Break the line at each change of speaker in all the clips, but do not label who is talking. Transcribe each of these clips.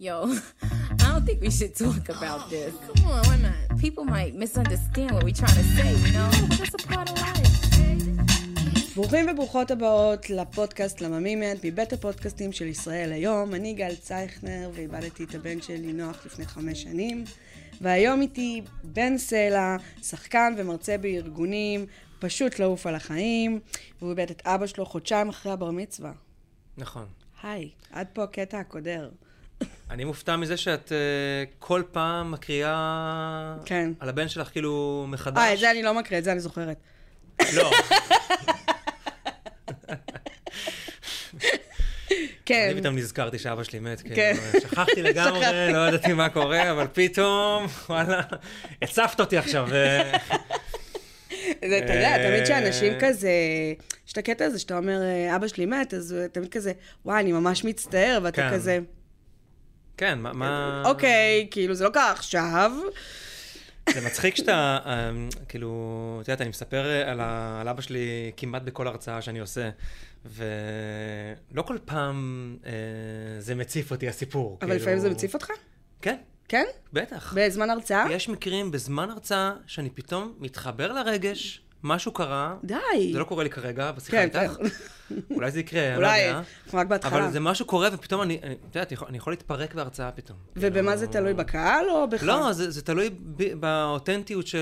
Yo, I don't think we should talk about this.
Come on, why not?
People might misunderstand what we're trying to say, you know? That's a part of life.
ברוכים וברוכות הבאות לפודקאסט לממימנט מבית הפודקאסטים של ישראל היום. אני גל צייכנר ואיבדתי את הבן שלי נוח לפני חמש שנים. והיום איתי בן סלע, שחקן ומרצה בארגונים, פשוט לעוף על החיים. והוא איבד את אבא שלו חודשיים אחרי הבר מצווה.
נכון.
היי, עד פה הקטע הקודר.
אני מופתע מזה שאת אה, כל פעם מקריאה
כן.
על הבן שלך כאילו מחדש.
אה, את זה אני לא מקריא, את זה אני זוכרת.
לא,
כן.
אני פתאום נזכרתי שאבא שלי מת, כאילו,
כן.
שכחתי לגמרי,
שכחתי.
לא ידעתי מה קורה, אבל פתאום, וואלה, הצפת אותי עכשיו. אה,
זה, אתה יודע,
אה.
תמיד שאנשים כזה, יש את הקטע הזה שאתה אומר, "אה, אבא שלי מת, אז הוא תמיד כזה, וואי, אני ממש מצטער, ואתה
כן.
כזה,
כן, מה- מה...
אוקיי, כאילו, זה לא קרה עכשיו.
זה מצחיק שאתה, אה, כאילו, את יודעת, אני מספר אה, על ה- על אבא שלי כמעט בכל הרצאה שאני עושה, ולא כל פעם אה, זה מציף אותי, הסיפור.
אבל
כאילו-
לפעמים זה מציף אותך?
כן,
כן?
בטח.
בזמן הרצאה?
יש מקרים בזמן הרצאה שאני פתאום מתחבר לרגש, משהו קרה,
די.
זה לא קורה לי כרגע, בשיחה
כן,
איתך,
כן.
אולי זה יקרה, אני לא
אולי,
יודע,
אנחנו רק בהתחלה.
אבל זה משהו קורה ופתאום אני, אני- את יודעת, יכול- אני יכול להתפרק בהרצאה פתאום.
ובמה זה
כאילו-
תלוי, בקהל או בך?
לא, זה, זה תלוי ב, באותנטיות ש,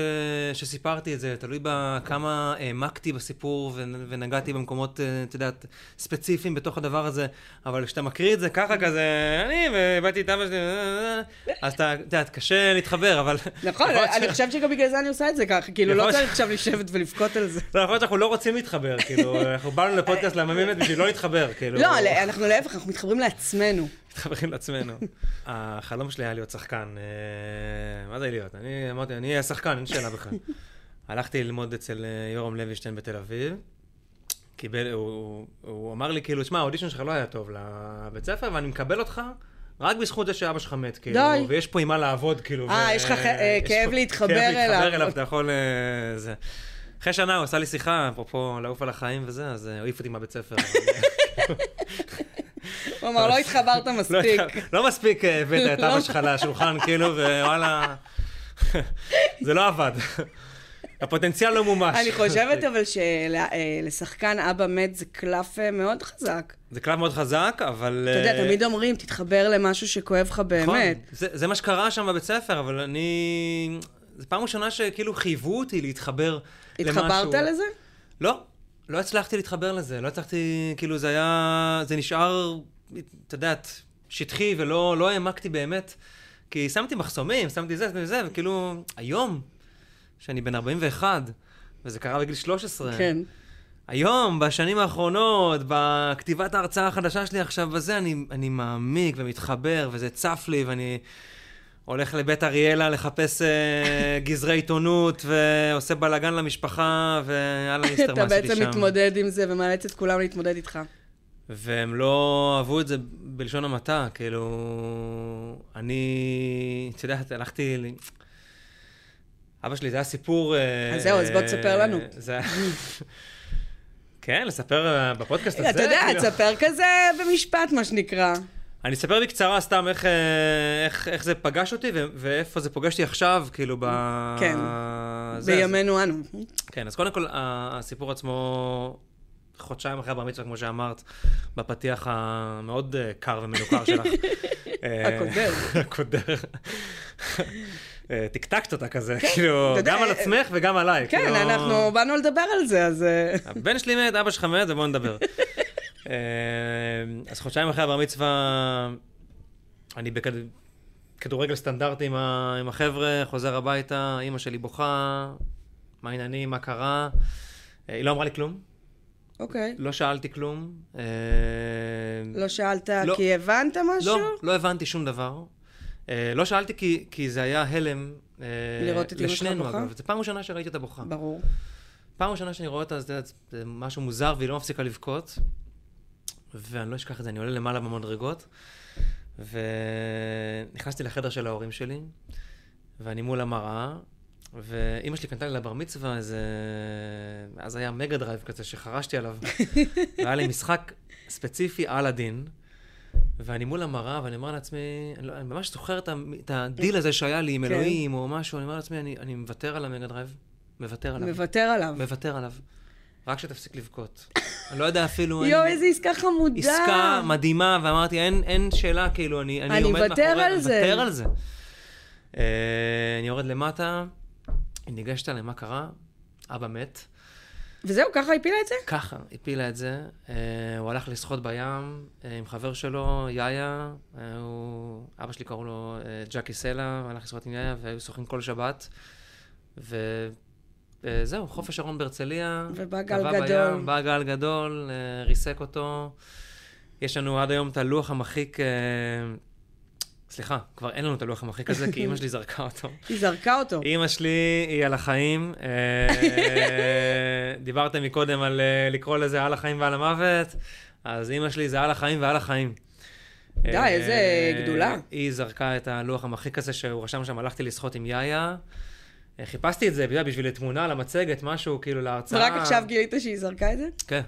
שסיפרתי את זה, תלוי בכמה העמקתי בסיפור ו, ונגעתי במקומות, אה, את יודעת, ספציפיים בתוך הדבר הזה, אבל כשאתה מקריא את זה ככה כזה, אני ובאתי את אבא שלי, אה, אה, אה", אז אתה, את יודעת, קשה להתחבר, אבל...
נכון,
יכול להיות
אני
ש-
חושבת שגם בגלל זה אני עושה את זה ככה, כאילו,
יכול
לא
להיות
צריך
ש-
עכשיו לשבת ולבכות על זה.
לא, יכול להיות שאנחנו לא רוצים להתחבר, כאילו, אנחנו באנו לפודקאסט לעממת בשביל לא להתחבר, כאילו.
לא, אנחנו להפך, אנחנו מתחברים לעצמנו.
מתחברים לעצמנו. החלום שלי היה להיות שחקן. אה, מה זה להיות? אני אמרתי, אני אהיה שחקן, אין שאלה בכלל. הלכתי ללמוד אצל אה, יורם לוינשטיין בתל אביב. קיבל, הוא, הוא, הוא אמר לי כאילו, שמע, האודישן שלך לא היה טוב לבית ספר, ואני מקבל אותך רק בזכות זה שאבא שלך מת, כאילו,
די.
ויש פה עם מה לעבוד, כאילו.
אה, יש לך ח- אה,
יש
כאב
פה-
להתחבר
כאב
אליו.
להתחבר אליו, אתה יכול... אה, זה. אחרי שנה הוא עשה לי שיחה, אפרופו לעוף על החיים וזה, אז אה, הוא העיף אותי מהבית ספר.
הוא אמר, לא התחברת
לא
מספיק.
התח- לא מספיק אה, הבאת את אבא שלך לשולחן, כאילו, ווואלה, זה לא עבד. הפוטנציאל לא מומש.
אני חושבת אבל שלשחקן אבא מת זה קלף אה, מאוד חזק.
זה קלף מאוד חזק, אבל... אה, נכון.
אתה יודע, תמיד אומרים, תתחבר למשהו שכואב לך באמת.
זה זה מה שקרה שם בבית ספר, אבל אני... זו פעם ראשונה שכאילו חייבו אותי להתחבר למשהו.
התחברת לזה?
לא, לא הצלחתי להתחבר לזה, לא הצלחתי, כאילו זה היה, זה נשאר, את יודעת, שטחי ולא לא העמקתי באמת, כי שמתי מחסומים, שמתי זה, שמתי זה, וכאילו, היום, שאני בן 41, וזה קרה בגיל 13,
כן.
היום, בשנים האחרונות, בכתיבת ההרצאה החדשה שלי עכשיו בזה, אני, אני מעמיק ומתחבר, וזה צף לי, ואני הולך לבית אריאלה לחפש אה, גזרי עיתונות, ועושה בלאגן למשפחה, ויאללה, נסתר מה
אתה
עשיתי שם.
בעצם מתמודד עם זה ומאלץ את כולם להתמודד איתך.
והם לא אהבו את זה בלשון המעטה, כאילו... אני, את יודעת, הלכתי... ל- אבא שלי, זה היה סיפור... אה,
אז זהו, אז בוא
אה,
תספר לנו.
זה היה- כן, לספר אה, בפודקאסט הזה.
אתה יודע,
כאילו.
תספר כזה במשפט, מה שנקרא.
אני אספר בקצרה סתם איך, אה, איך, איך זה פגש אותי ו- ואיפה זה פוגש אותי עכשיו, כאילו ב...
כן.
זה,
בימינו אנו.
אז, כן, אז קודם כל, ה- הסיפור עצמו, חודשיים אחרי הבר מצווה, כמו שאמרת, בפתיח המאוד אה, קר ומנוכר שלך. אה,
הקודר.
הקודר. אה, טקטקת אותה כזה, כאילו,
אתה יודע,
גם על
אה,
עצמך וגם עליי.
כן,
כאילו-
אנחנו באנו לדבר על זה, אז... אה,
הבן שלי מת, אבא שלך מת, ובואו נדבר. אה, אז חודשיים אחרי הבר מצווה, אני בכדורגל סטנדרטי עם ה- עם החבר'ה, חוזר הביתה, אימא שלי בוכה, מה העניינים, מה קרה. אה, היא לא אמרה לי כלום,
אוקיי.
לא שאלתי כלום. אה,
לא שאלת
לא.
כי הבנת משהו?
לא, לא הבנתי שום דבר. אה, לא שאלתי כי, כי זה היה הלם. אה,
לראות את אמא שלך
לשנינו,
בוכה?
אגב. זו פעם ראשונה שראיתי אותה בוכה.
ברור.
פעם ראשונה שאני רואה אותה, אז את יודעת, זה משהו מוזר, והיא לא מפסיקה לבכות. ואני לא אשכח את זה, אני עולה למעלה במדרגות. ונכנסתי לחדר של ההורים שלי, ואני מול המראה, ואימא שלי קנתה לי לבר מצווה איזה... אז היה מגה דרייב כזה שחרשתי עליו. והיה לי משחק ספציפי, אלאדין. ואני מול המראה, ואני אומר לעצמי, אני, לא, אני ממש זוכר את, המ- את הדיל הזה שהיה לי עם
כן.
אלוהים או משהו, אני אומר לעצמי, אני, אני מוותר על המגה דרייב, מוותר עליו,
מוותר עליו.
מוותר עליו. רק שתפסיק לבכות. אני לא יודע אפילו...
יואו,
אני-
איזה עסקה חמודה.
עסקה מדהימה, ואמרתי, אין, אין שאלה, כאילו, אני, אני,
אני
עומד
אוותר
מאחורי,
על
אני
זה.
מוותר על זה. אה, אני יורד למטה, היא ניגשת אליי, מה קרה? אבא מת.
וזהו, ככה הפילה את זה?
ככה, הפילה את זה. אה, הוא הלך לשחות בים אה, עם חבר שלו, יאיה. אה, הוא... אבא שלי קראו לו אה, ג'קי סלע, הוא הלך לשחות עם יאיה, והיו שוחים כל שבת. אה, וזהו, חוף השרון בהרצליה.
ובא גל
טבע
גדול.
בים, בא גל גדול, אה, ריסק אותו. יש לנו עד היום את הלוח המחיק... אה, סליחה, כבר אין לנו את הלוח המחיק הזה, כי אימא שלי זרקה אותו.
היא זרקה אותו.
אימא שלי היא על החיים. אה, דיברתם מקודם על אה, לקרוא לזה על החיים ועל המוות, אז אימא שלי זה על החיים ועל החיים.
די,
אה,
איזה גדולה.
היא זרקה את הלוח המרחיק הזה שהוא רשם שם, הלכתי לשחות עם יאיה. אה, חיפשתי את זה, אתה יודע, בשביל תמונה למצגת, משהו, כאילו להרצאה.
ורק עכשיו גילית שהיא זרקה את זה?
כן.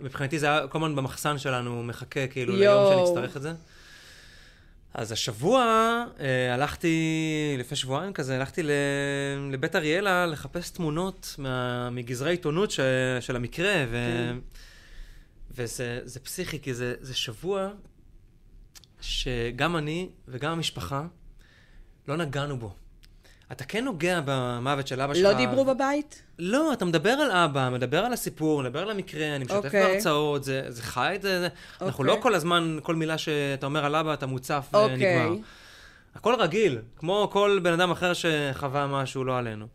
מבחינתי זה היה כל הזמן במחסן שלנו, מחכה כאילו
יואו.
ליום שאני אצטרך את זה. אז השבוע אה, הלכתי, לפני שבועיים כזה, הלכתי ל... לבית אריאלה לחפש תמונות מה... מגזרי עיתונות ש... של המקרה, ו...
כן.
וזה זה פסיכי, כי זה, זה שבוע שגם אני וגם המשפחה לא נגענו בו. אתה כן נוגע במוות של אבא שלך.
לא דיברו בבית?
לא, אתה מדבר על אבא, מדבר על הסיפור, מדבר על המקרה, אני משתף
אוקיי.
בהרצאות, זה, זה חי את זה. זה- אנחנו
אוקיי.
לא כל הזמן, כל מילה שאתה אומר על אבא, אתה מוצף
אוקיי.
ונגמר. הכל רגיל, כמו כל בן אדם אחר שחווה משהו, לא עלינו.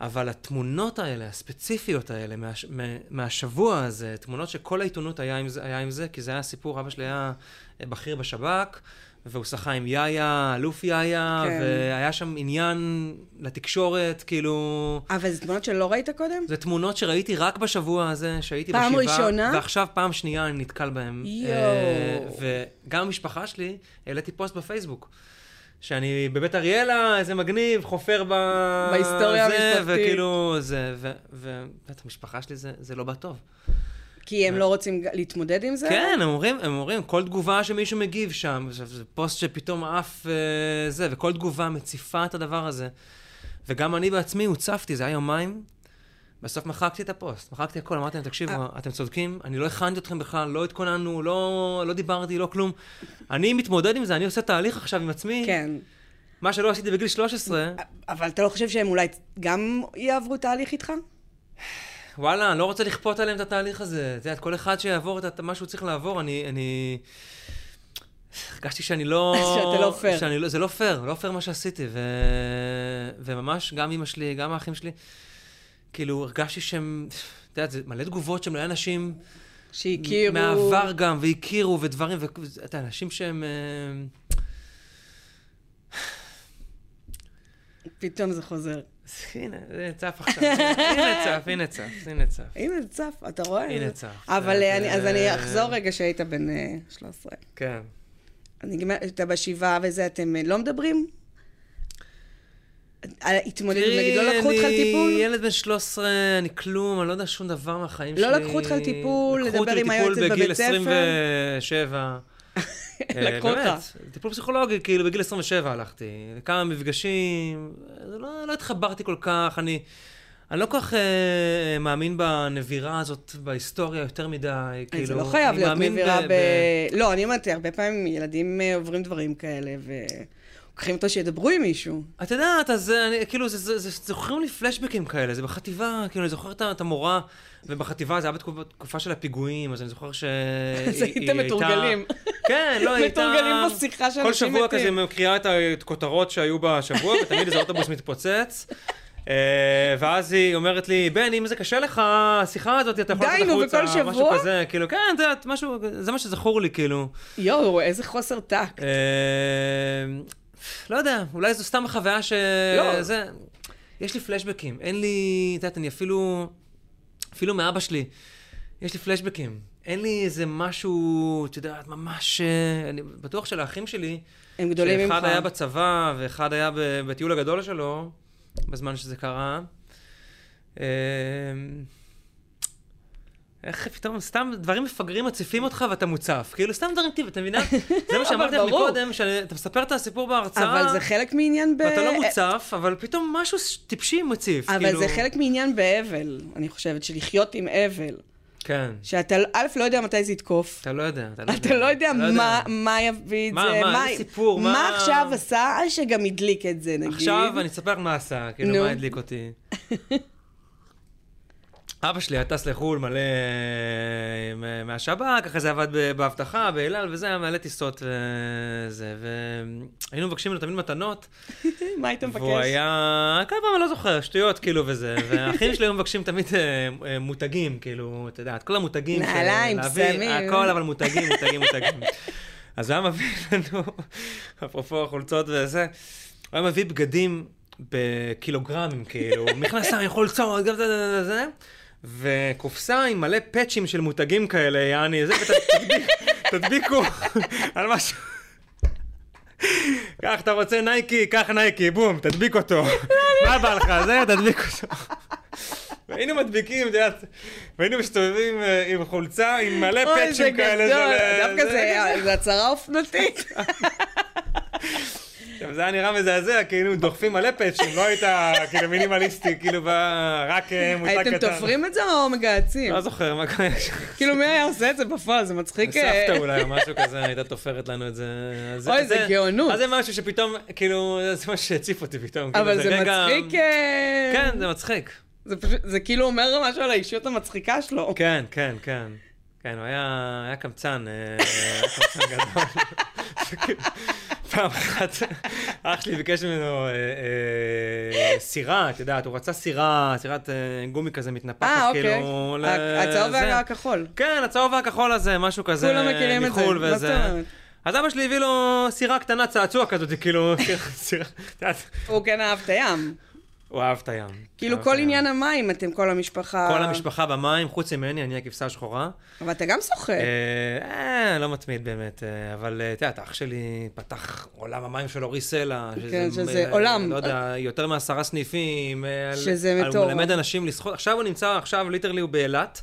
אבל התמונות האלה, הספציפיות האלה, מה, מה, מהשבוע הזה, תמונות שכל העיתונות היה עם, זה, היה עם זה, כי זה היה סיפור, אבא שלי היה אה, בכיר בשב"כ, והוא שחה עם יאיה, אלוף יאיה,
כן.
כן. והיה שם עניין לתקשורת, כאילו...
אבל זה תמונות שלא ראית קודם?
זה תמונות שראיתי רק בשבוע הזה, שהייתי
פעם
בשבעה.
ראשונה?
ועכשיו פעם שנייה אני נתקל בהם.
יואו.
אה, וגם המשפחה שלי, העליתי פוסט בפייסבוק. שאני בבית אריאלה, איזה מגניב, חופר ב...
בהיסטוריה
זה,
המשפחתית.
וכאילו, זה, ו... ו... ואת המשפחה שלי זה, זה לא בא טוב.
כי הם לא רוצים ג- להתמודד עם זה?
כן, הם אומרים, הם אומרים, כל תגובה שמישהו מגיב שם, עכשיו, זה פוסט שפתאום עף אה, זה, וכל תגובה מציפה את הדבר הזה. וגם אני בעצמי הוצפתי, זה היה יומיים, בסוף מחקתי את הפוסט, מחקתי הכל, אמרתי להם, תקשיבו, אתם צודקים, אני לא הכנתי אתכם בכלל, לא התכוננו, לא, לא דיברתי, לא כלום. אני מתמודד עם זה, אני עושה תהליך עכשיו עם עצמי,
כן.
מה שלא עשיתי בגיל 13,
אבל אתה לא חושב שהם אולי גם יעברו תהליך איתך?
וואלה, אני לא רוצה לכפות עליהם את התהליך הזה. את יודעת, כל אחד שיעבור את ה- מה שהוא צריך לעבור, אני... אני... הרגשתי שאני לא...
שאתה לא פייר.
שאני לא... זה לא פייר, לא פייר מה שעשיתי. ו... וממש, גם אמא שלי, גם האחים שלי, כאילו, הרגשתי שהם... את יודעת, זה מלא תגובות של מלא אנשים
שהכירו...
מהעבר גם, והכירו, ודברים, ואתה, אנשים שהם... אה,
פתאום זה חוזר.
אז הנה, זה צף עכשיו. הנה צף, הנה צף, הנה צף.
הנה, זה צף, אתה רואה?
הנה,
זה-
צף.
אבל
זה-
אה, אני-
זה-
אז אני אחזור רגע שהיית בן אה, 13.
כן.
אני גם- אתה בשבעה וזה, אתם אה, לא מדברים? על התמודדות, נגיד, לא לקחו אותך
אני כאילו,
לטיפול?
ילד בן 13, אני כלום, אני לא יודע שום דבר מהחיים
לא
שלי.
לקחו אותך לטיפול,
לקחו אותי
לדבר עם
לטיפול
היועצת בבית ספר?
בגיל 27. אה,
לקחו אותך.
באמת, טיפול פסיכולוגי, כאילו בגיל 27 הלכתי. לכמה מפגשים, זה לא, לא התחברתי כל כך, אני... אני לא כל כך אה, מאמין בנבירה הזאת בהיסטוריה יותר מדי, כאילו...
זה לא חייב
אני
להיות
מאמין
נבירה
ב-
ב... לא, אני אומרת, הרבה פעמים ילדים אה, עוברים דברים כאלה, ולוקחים אותו שידברו עם מישהו.
את יודעת, אז אה, אני, כאילו, זה, זה, זה, זוכרים לי פלשבקים כאלה, זה בחטיבה, כאילו, אני זוכר את, ה- את המורה, ובחטיבה זה היה בתקופה תקופה של הפיגועים, אז אני זוכר ש...
אז
היא- היא
הייתם
הייתה-
מתורגלים.
כן, לא, היא הייתה...
מתורגלים בשיחה שאנשים
כל שבוע
מתים.
כזה היא מקריאה את הכותרות שהיו בשבוע, ותמיד איזה אוטובוס מתפוצץ. אה, ואז היא אומרת לי, בן, אם זה קשה לך, השיחה הזאת, אתה יכול
די,
לצאת
נו,
החוצה,
וכל
משהו
שבוע?
כזה, כאילו, כן, את יודעת, משהו, זה מה שזכור לי, כאילו.
יואו, איזה חוסר טאק.
אה, לא יודע, אולי זו סתם חוויה ש...
לא.
זה... יש לי פלשבקים, אין לי... את יודעת, אני אפילו... אפילו מאבא שלי, יש לי פלשבקים. אין לי איזה משהו, את יודעת, ממש... אה, אני בטוח שלאחים שלי,
הם גדולים ממך.
שאחד היה בצבא ואחד היה ב- בטיול הגדול שלו, אמ, בזמן שזה קרה. אה, איך פתאום סתם דברים מפגרים מציפים אותך ואתה מוצף. כאילו, סתם דברים טבעיים, אתה מבינה? זה מה
אבל
שאמרתי לך
ברור.
מקודם, שאתה מספר את הסיפור בהרצאה,
אבל זה חלק מעניין ב...
ואתה לא מוצף, אבל פתאום משהו ש- טיפשי מציף.
אבל
כאילו-
זה חלק מעניין באבל, אני חושבת, של לחיות עם אבל.
כן.
שאתה, א', לא יודע מתי זה יתקוף.
אתה לא יודע. אתה
אתה לא יודע מה- מה יביא את
מה-
זה,
מה, איזה סיפור,
מה
מה-
עכשיו עשה שגם הדליק את זה, נגיד.
עכשיו אני אספר לך מה עשה, כאילו,
נו.
מה הדליק אותי. אבא שלי היה טס לחו"ל מלא עם- אה, מהשב"כ, אחרי זה עבד ב- באבטחה, באל על, וזה היה מלא טיסות אה, וזה, והיינו מבקשים לו תמיד מתנות,
מה היית מבקש?
והוא היה, כל פעם אני לא זוכר, שטויות כאילו וזה, והאחים שלי היו מבקשים תמיד אה, אה, מותגים, כאילו, את יודעת, כל המותגים, של-
נעליים,
להביא,
פסמים.
הכל, אבל מותגים, מותגים, מותגים. אז הוא היה מביא לנו, אפרופו החולצות וזה, הוא היה מביא בגדים בקילוגרמים, כאילו, מכנסיים, חולצות, גם זה, זה, זה, זה, וקופסה עם מלא פאצ'ים של מותגים כאלה, יעני, זה, ותדביקו על משהו. קח, אתה רוצה נייקי, קח נייקי, בום, תדביק אותו. מה בא לך, זה, תדביק אותו. והיינו מדביקים, את יודעת, והיינו מסתובבים אה, עם חולצה, עם מלא
אוי, זה
פאצ'ים כאלה.
גדול, אה,
של- אה,
דווקא זה- זה הצהרה אופנתית.
עכשיו, זה היה נראה מזעזע, כאילו דוחפים מלא פאצ'ים, לא היית כאילו מינימליסטי, כאילו ב- רק אה, מותג קטן.
הייתם תופרים את זה או מגהצים?
לא זוכר מה קרה שם.
כאילו, מי היה עושה את זה בפועל? זה מצחיק. אה,
סבתא אולי או משהו כזה, הייתה תופרת לנו את זה. אז
אוקיי. אוי, זה גאונות.
אז זה משהו שפתאום, כאילו, זה מה שהציף אותי פתאום.
אבל
כאילו,
זה
רגע-
מצחיק... אה,
כן, זה מצחיק.
זה פשוט- זה כאילו אומר משהו על האישיות המצחיקה שלו.
כן, כן, כן. כן, הוא היה, היה קמצן, אה, היה קמצן גדול. פעם אחת, אח שלי ביקש ממנו אה, אה, סירה, את יודעת, הוא רצה סירה, סירת אה, גומי כזה מתנפחת,
אה, אוקיי.
כאילו... ל-
הצהוב
זה.
והכחול.
כן, הצהוב והכחול הזה, משהו כזה,
כולם מכירים את זה. לא
מחו"ל
מה זאת
וזה.
אומרת?
אז אבא שלי הביא לו סירה קטנה, צעצוע כזאת, כאילו, סירה, את יודעת,
הוא כן אהב את הים.
הוא אהב את הים.
כאילו,
אהב
כל
את הים.
עניין המים, אתם כל המשפחה...
כל המשפחה במים, חוץ ממני, אני הכבשה השחורה.
אבל אתה גם שוחה.
אה, לא מתמיד באמת, אה, אבל אה, את יודעת, אח שלי פתח עולם המים שלו, ריסלה.
כן, שזה
אה,
עולם.
לא יודע, יותר מעשרה סניפים. אה, על-
שזה
על-
מטורף.
הוא מלמד אנשים לשחות. עכשיו הוא נמצא, עכשיו ליטרלי הוא באילת.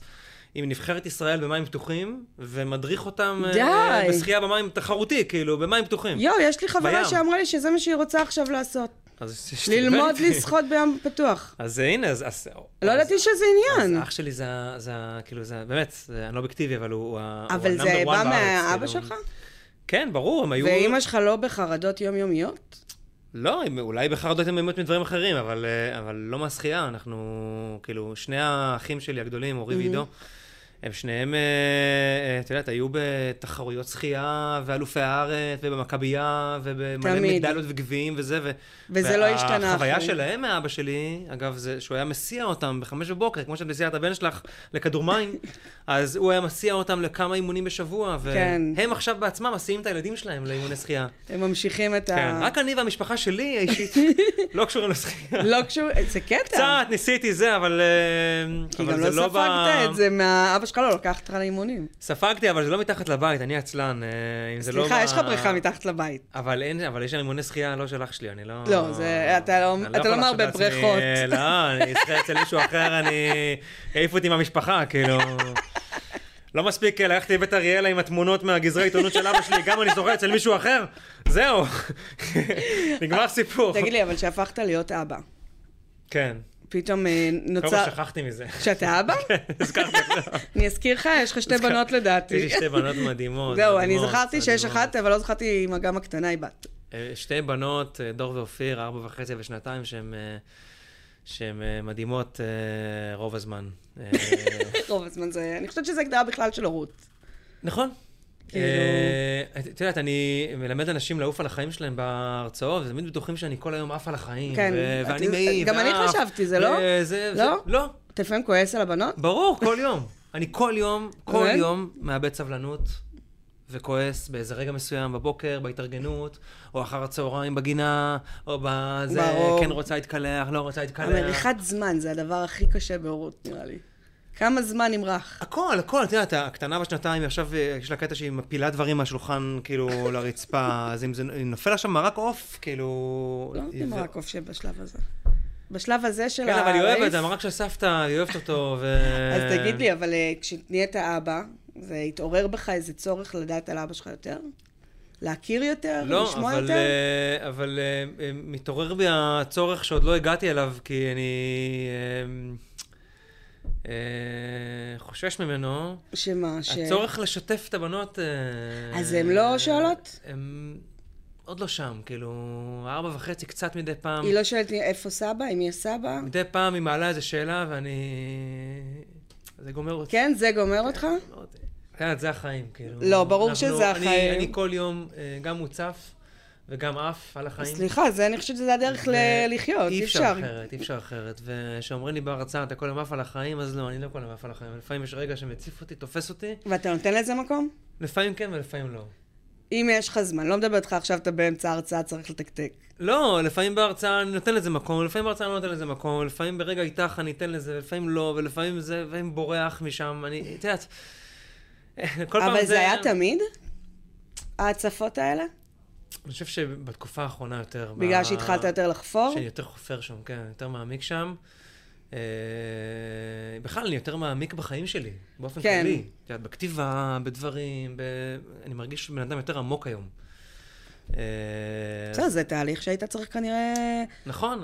עם נבחרת ישראל במים פתוחים, ומדריך אותם אה,
די.
בשחייה במים תחרותי, כאילו, במים פתוחים.
יואו, יש לי חברה
בים.
שאמרה לי שזה מה שהיא רוצה עכשיו לעשות.
אז ש-
ללמוד
שתדבר איתי.
לשחות בים פתוח.
אז אה, הנה, אז... אז-
לא
אז-
ידעתי שזה
אז
עניין.
אח שלי זה, ה- זה, ה- כאילו, זה, ה- באמת, זה, אני לא אובייקטיבי, אבל הוא, הוא ה- הוא
אבל
ה-
זה
number one
בא
בארץ,
מהאבא
כאילו.
שלך?
כן, ברור, הם היו...
ואימא שלך לא בחרדות יומיומיות?
לא, הם, אולי בחרדות הם באמת מדברים אחרים, אבל, אה, אבל לא מהשחייה, אנחנו, כאילו, שני האחים שלי הגדולים, אורי ועידו, הם שניהם, אה, אה, את יודעת, היו בתחרויות שחייה, ואלופי הארץ, ובמכבייה, ובמלא
תמיד.
מדליות וגביעים וזה, ו...
וזה לא השתנה
החוויה
אחרי.
שלהם מאבא שלי, אגב, זה שהוא היה מסיע אותם בחמש בבוקר, כמו שאת מסיעה את הבן שלך לכדור מים, אז הוא היה מסיע אותם לכמה אימונים בשבוע,
כן.
והם עכשיו בעצמם מסיעים את הילדים שלהם לאימוני שחייה.
הם ממשיכים את
כן,
ה...
רק אני והמשפחה שלי האישית לא קשורים לשחייה.
לא קשור, זה קטע.
קצת ניסיתי זה, אבל אה,
כי
אבל
גם
זה
לא ספגת
ב-
את זה מהאבא שלך, לא לקחת אותך לאימונים.
ספגתי, אבל זה לא מתחת לבית, אני עצלן, אה, אם זה לא...
סליחה,
ב-
יש לך בריכה מתחת לבית.
אבל אין, אבל יש שם אימוני שחייה, לא של אח שלי, אני לא...
לא, זה- אתה לא-
אני
אתה לא
יכול
מרבה
להרשות לעצמי-
בריכות.
לא, אני אשחה אצל מישהו אחר, אני... העיף אותי מהמשפחה, כאילו... לא מספיק, אה, לקחתי לבית אריאלה עם התמונות מהגזרי עיתונות של אבא שלי, גם אני זוכר אצל מישהו אחר, זהו. נגמר סיפור.
תגיד לי, אבל כשהפכת להיות אבא,
כן.
פתאום אה,
קודם
נוצר...
כל שכחתי מזה.
שאתה אבא?
הזכרתי לך.
אני אזכיר לך, יש לך שתי
הזכר-
בנות
יש
לדעתי.
לי שתי בנות מדהימות.
זהו, אני
מדהימות,
זכרתי שיש
מדהימות.
אחת, אבל לא זכרתי אם גם הקטנה היא בת.
אה, שתי בנות, אה, דור ואופיר, ארבע וחצי ושנתיים, שהן אה, שהן, אה, מדהימות אה, רוב הזמן. אה,
רוב הזמן זה... אני חושבת שזו הגדרה בכלל של הורות.
נכון.
כאילו-
אה, את את יודעת, אני מלמד אנשים לעוף על החיים שלהם בהרצאות, והם תמיד בטוחים שאני כל היום עף על החיים,
כן,
ו-
את-
ואני מעיף.
גם אני
ועף,
חשבתי, זה לא?
וזה- זה-
לא?
לא.
אתה לפעמים כועס על הבנות?
ברור, כל יום. אני כל יום, כל
באמת?
יום מאבד סבלנות וכועס באיזה רגע מסוים בבוקר, בהתארגנות, או אחר הצהריים בגינה, או בזה,
ברור.
כן רוצה להתקלח, לא רוצה להתקלח.
המריחת זמן זה הדבר הכי קשה בהורות, נראה לי. כמה זמן נמרח?
הכל, הכל, את יודעת, הקטנה בשנתיים, היא עכשיו אה, יש לה קטע שהיא מפילה דברים מהשולחן, כאילו, לרצפה, אז אם זה אם נופל עכשיו מרק עוף, כאילו...
לא נותנים
ו-
רק עוף בשלב הזה. בשלב הזה של
כן, אבל היא אוהבת,
הרייף-
המרק של סבתא, היא אוהבת אותו, ו...
אז תגיד לי, אבל אה, כשנהיית אבא, זה התעורר בך איזה צורך לדעת על אבא שלך יותר? להכיר יותר?
לא,
לשמוע
אבל,
יותר?
אה, אבל אה, אה, מתעורר בי הצורך שעוד לא הגעתי אליו, כי אני אה, אה, חושש ממנו.
שמה? ש...
הצורך לשתף את הבנות... אה,
אז הן לא שואלות?
הן עוד לא שם, כאילו, ארבע וחצי קצת מדי פעם.
היא לא שואלת איפה סבא, אם יש סבא?
מדי פעם היא מעלה איזו שאלה, ואני... זה גומר אותי.
כן, זה גומר אותך?
מאוד. את יודעת, זה החיים, כאילו.
לא, ברור
אנחנו-
שזה
אני-
החיים.
אני כל יום אה, גם מוצף וגם עף על החיים.
סליחה, זה, אני חושבת שזה הדרך ל-
ו-
לחיות, אי
כן. אי
אפשר.
אפשר אחרת, אי אפשר אחרת. וכשאומרים לי בהרצאה, אתה כל יום עף על החיים, אז לא, אני לא כל יום עף על החיים. לפעמים יש רגע שמציף אותי, תופס אותי,
ואתה נותן לזה מקום?
לפעמים כן ולפעמים לא.
אם יש לך זמן, לא מדבר איתך עכשיו, אתה באמצע ההרצאה, צריך לתקתק.
לא, לפעמים בהרצאה אני נותן לזה מקום, לפעמים בהרצאה אני לא נותן לזה מקום, לפעמים ברגע איתך אני אתן לזה, ולפעמים לא, ולפעמים זה, ולפעמים בורח משם, אני, את יודעת, כל פעם
אבל זה היה תמיד? ההצפות האלה?
אני חושב שבתקופה האחרונה יותר...
בגלל
ב-
שהתחלת יותר לחפור?
שאני יותר חופר שם, כן, יותר מעמיק שם. אה, בכלל, אני יותר מעמיק בחיים שלי, באופן
כן.
כללי. את יודעת, בכתיבה, בדברים, ב... אני מרגיש בן אדם יותר עמוק היום. אה,
בסדר, זה תהליך שהיית צריך כנראה,
נכון.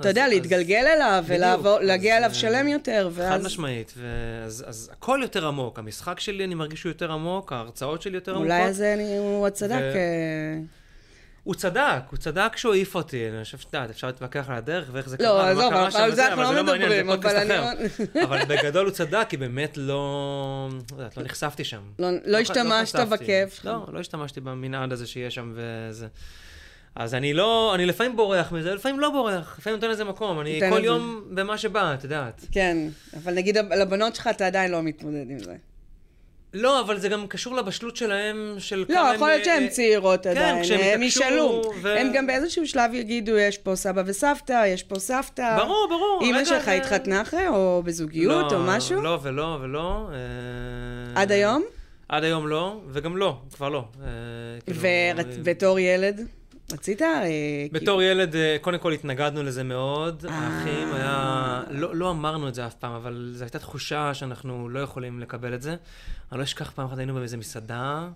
אתה
אז-
יודע,
אז-
להתגלגל אליו
בדיוק, אז,
ולהגיע אליו
אה,
שלם יותר,
חד
ואז
משמעית, ואז, אז הכל יותר עמוק. המשחק שלי, אני מרגיש שהוא יותר עמוק, ההרצאות שלי יותר עמוקות.
אולי אז אני- הוא הצדק.
ו-
אה,
הוא צדק, הוא צדק שהוא העיף אותי. אני חושב שאתה יודע, אפשר להתווכח על הדרך ואיך זה
לא,
קרה, ומה
עזוב,
קרה
אבל
שם
על
וזה,
זה אנחנו
אבל
לא
לא מעניין, זה
מדברים,
פודקאסט
אבל
אחר. אבל בגדול הוא צדק, כי באמת לא, לא יודעת, לא נחשפתי שם.
לא- לא השתמשת
חשפתי.
בכיף שלך.
לא, לא השתמשתי במנעד הזה שיש שם וזה. אז אני לא, אני לפעמים בורח מזה, לפעמים לא בורח, לפעמים נותן לזה מקום, אני
נותן
כל
לזה.
יום במה שבא, את יודעת.
כן, אבל נגיד לבנות שלך אתה עדיין לא מתמודד עם זה.
לא, אבל זה גם קשור לבשלות שלהם, של כמה
לא,
הם...
יכול להיות שהן
אה,
צעירות עדיין, אה,
כשהם
הם
יתעקשו
ישאלו.
ו-
הם גם באיזשהו שלב יגידו, יש פה סבא וסבתא, יש פה סבתא.
ברור, ברור.
אמא
רגע,
שלך
זה-
התחתנה אחרי, או בזוגיות, או משהו?
לא ולא ולא. אה,
עד היום?
עד היום לא, וגם לא, כבר לא. אה, כאילו, אה,
ובתור ילד? רצית? אה,
בתור ילד, אה, קודם כל התנגדנו לזה מאוד.
אה.
האחים היה... לא לא אמרנו את זה אף פעם, אבל זו הייתה תחושה שאנחנו לא יכולים לקבל את זה. אני לא אשכח, פעם אחת היינו באיזה מסעדה,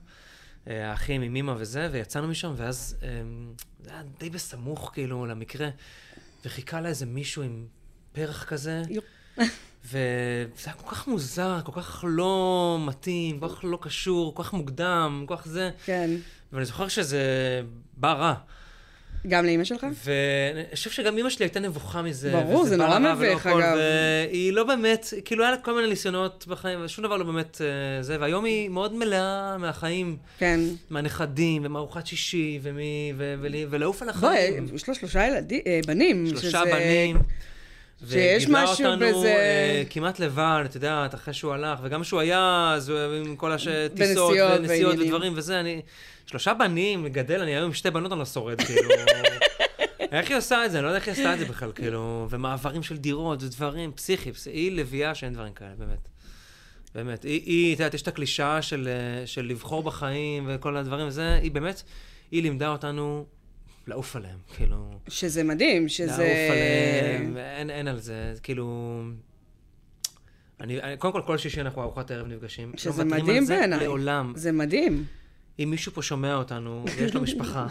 אה, האחים עם אימא וזה, ויצאנו משם, ואז אה, זה היה די בסמוך, כאילו, למקרה. וחיכה לה איזה מישהו עם פרח כזה.
יופ.
וזה היה כל כך מוזר, כל כך לא מתאים, כל כך לא קשור, כל כך מוקדם, כל כך זה.
כי- כן.
ואני זוכר שזה בא רע.
גם לאמא שלך?
ואני חושב שגם אימא שלי הייתה נבוכה מזה.
ברור,
וזה
זה
בא
נורא
רע ולא
מביך,
הכל,
אגב.
והיא לא באמת, כאילו היה לה כל מיני ניסיונות בחיים, ושום דבר לא באמת אה, זה, והיום היא מאוד מלאה מהחיים,
כן.
מהנכדים, ומארוחת שישי, ומ... ו... ו... ולעוף על
בואי,
החיים.
יש לו שלושה ילדים, אה, בנים.
נכון. שלושה
שזה-
בנים.
שיש
וגידלה
משהו
אותנו,
בזה-
אה, כמעט לבד, את יודעת, אחרי שהוא הלך, וגם שהוא היה, אז הוא היה עם כל הטיסות,
בנסיעות
ונסיעות
ועניינים.
ודברים וזה, אני... שלושה בנים, לגדל, אני היום עם שתי בנות, אני לא שורד, כאילו. איך היא עושה את זה? אני לא יודע איך היא עשתה את זה בכלל, כאילו, ומעברים של דירות ודברים, פסיכי, פסיכי. היא לביאה שאין דברים כאלה, באמת. באמת. היא, היא, את יודעת, יש את הקלישאה של, אה, של לבחור בחיים וכל הדברים וזה, היא באמת, היא לימדה אותנו לעוף עליהם, כאילו.
שזה מדהים, שזה...
לעוף עליהם, לא אין, אין על זה, זה כאילו... אני, אני, קודם כל, כל שישי אנחנו ארוחת ערב נפגשים.
שזה
מוותרים
מדהים
על זה
בעיניי.
לעולם.
זה מדהים.
אם מישהו פה שומע אותנו, ויש לו משפחה,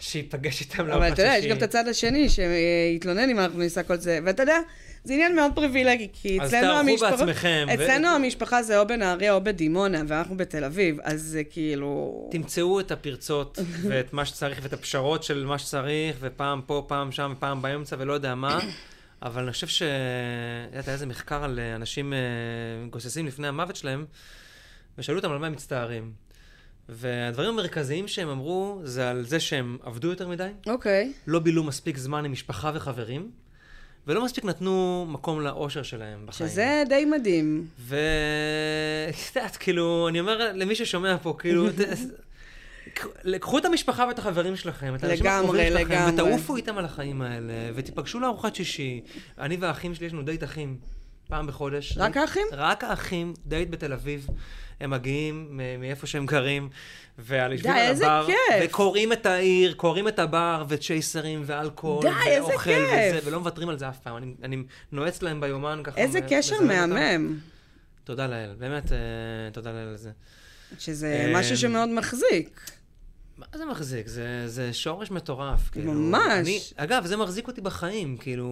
שייפגש איתם לארוחת
אבל
שישי.
אתה יודע, יש גם את הצד השני שיתלונן אם אנחנו ניסע כל זה. ואתה יודע, זה עניין מאוד פריבילגי, כי
אז
אצלנו
תערכו
המשפחה...
בעצמכם, ו-
אצלנו המשפחה זה או בנהריה או בדימונה, ואנחנו בתל אביב, אז זה כאילו...
תמצאו את הפרצות, ואת מה שצריך, ואת הפשרות של מה שצריך, ופעם פה, פעם שם, פעם באמצע, ולא יודע מה. אבל אני חושב ש... את יודעת, היה איזה מחקר על אה, אנשים אה, גוססים לפני המוות שלהם, ושאלו אותם על מה הם מצטערים. והדברים המרכזיים שהם אמרו, זה על זה שהם עבדו יותר מדי,
אוקיי.
לא בילו מספיק זמן עם משפחה וחברים, ולא מספיק נתנו מקום לאושר שלהם בחיים.
שזה די מדהים.
ו... את יודעת, כאילו, אני אומר למי ששומע פה, כאילו, ת- ק- קחו את המשפחה ואת החברים שלכם, את האנשים
לגמרי,
הקרובים שלכם,
לגמרי.
ותעופו איתם על החיים האלה, ותיפגשו לארוחת שישי. אני והאחים שלי, יש לנו דייט אחים. פעם בחודש.
רק האחים?
רק האחים, דייט בתל אביב. הם מגיעים מ- מאיפה שהם גרים, ויושבים
די,
על
איזה
הבר,
כיף.
וקוראים את העיר, קוראים את הבר, וצ'ייסרים, ואלכוהול,
די, איזה
ואוכל,
כיף.
וזה, ולא מוותרים על זה אף פעם. אני, אני נועץ להם ביומן ככה.
איזה
מ-
קשר
מזהה אותם.
מהמם.
תודה לאל, באמת, אה, תודה לאל על זה.
שזה
אה,
משהו שמאוד מחזיק.
מה זה מחזיק? זה, זה שורש מטורף, כאילו.
ממש.
אני, אגב, זה מחזיק אותי בחיים, כאילו...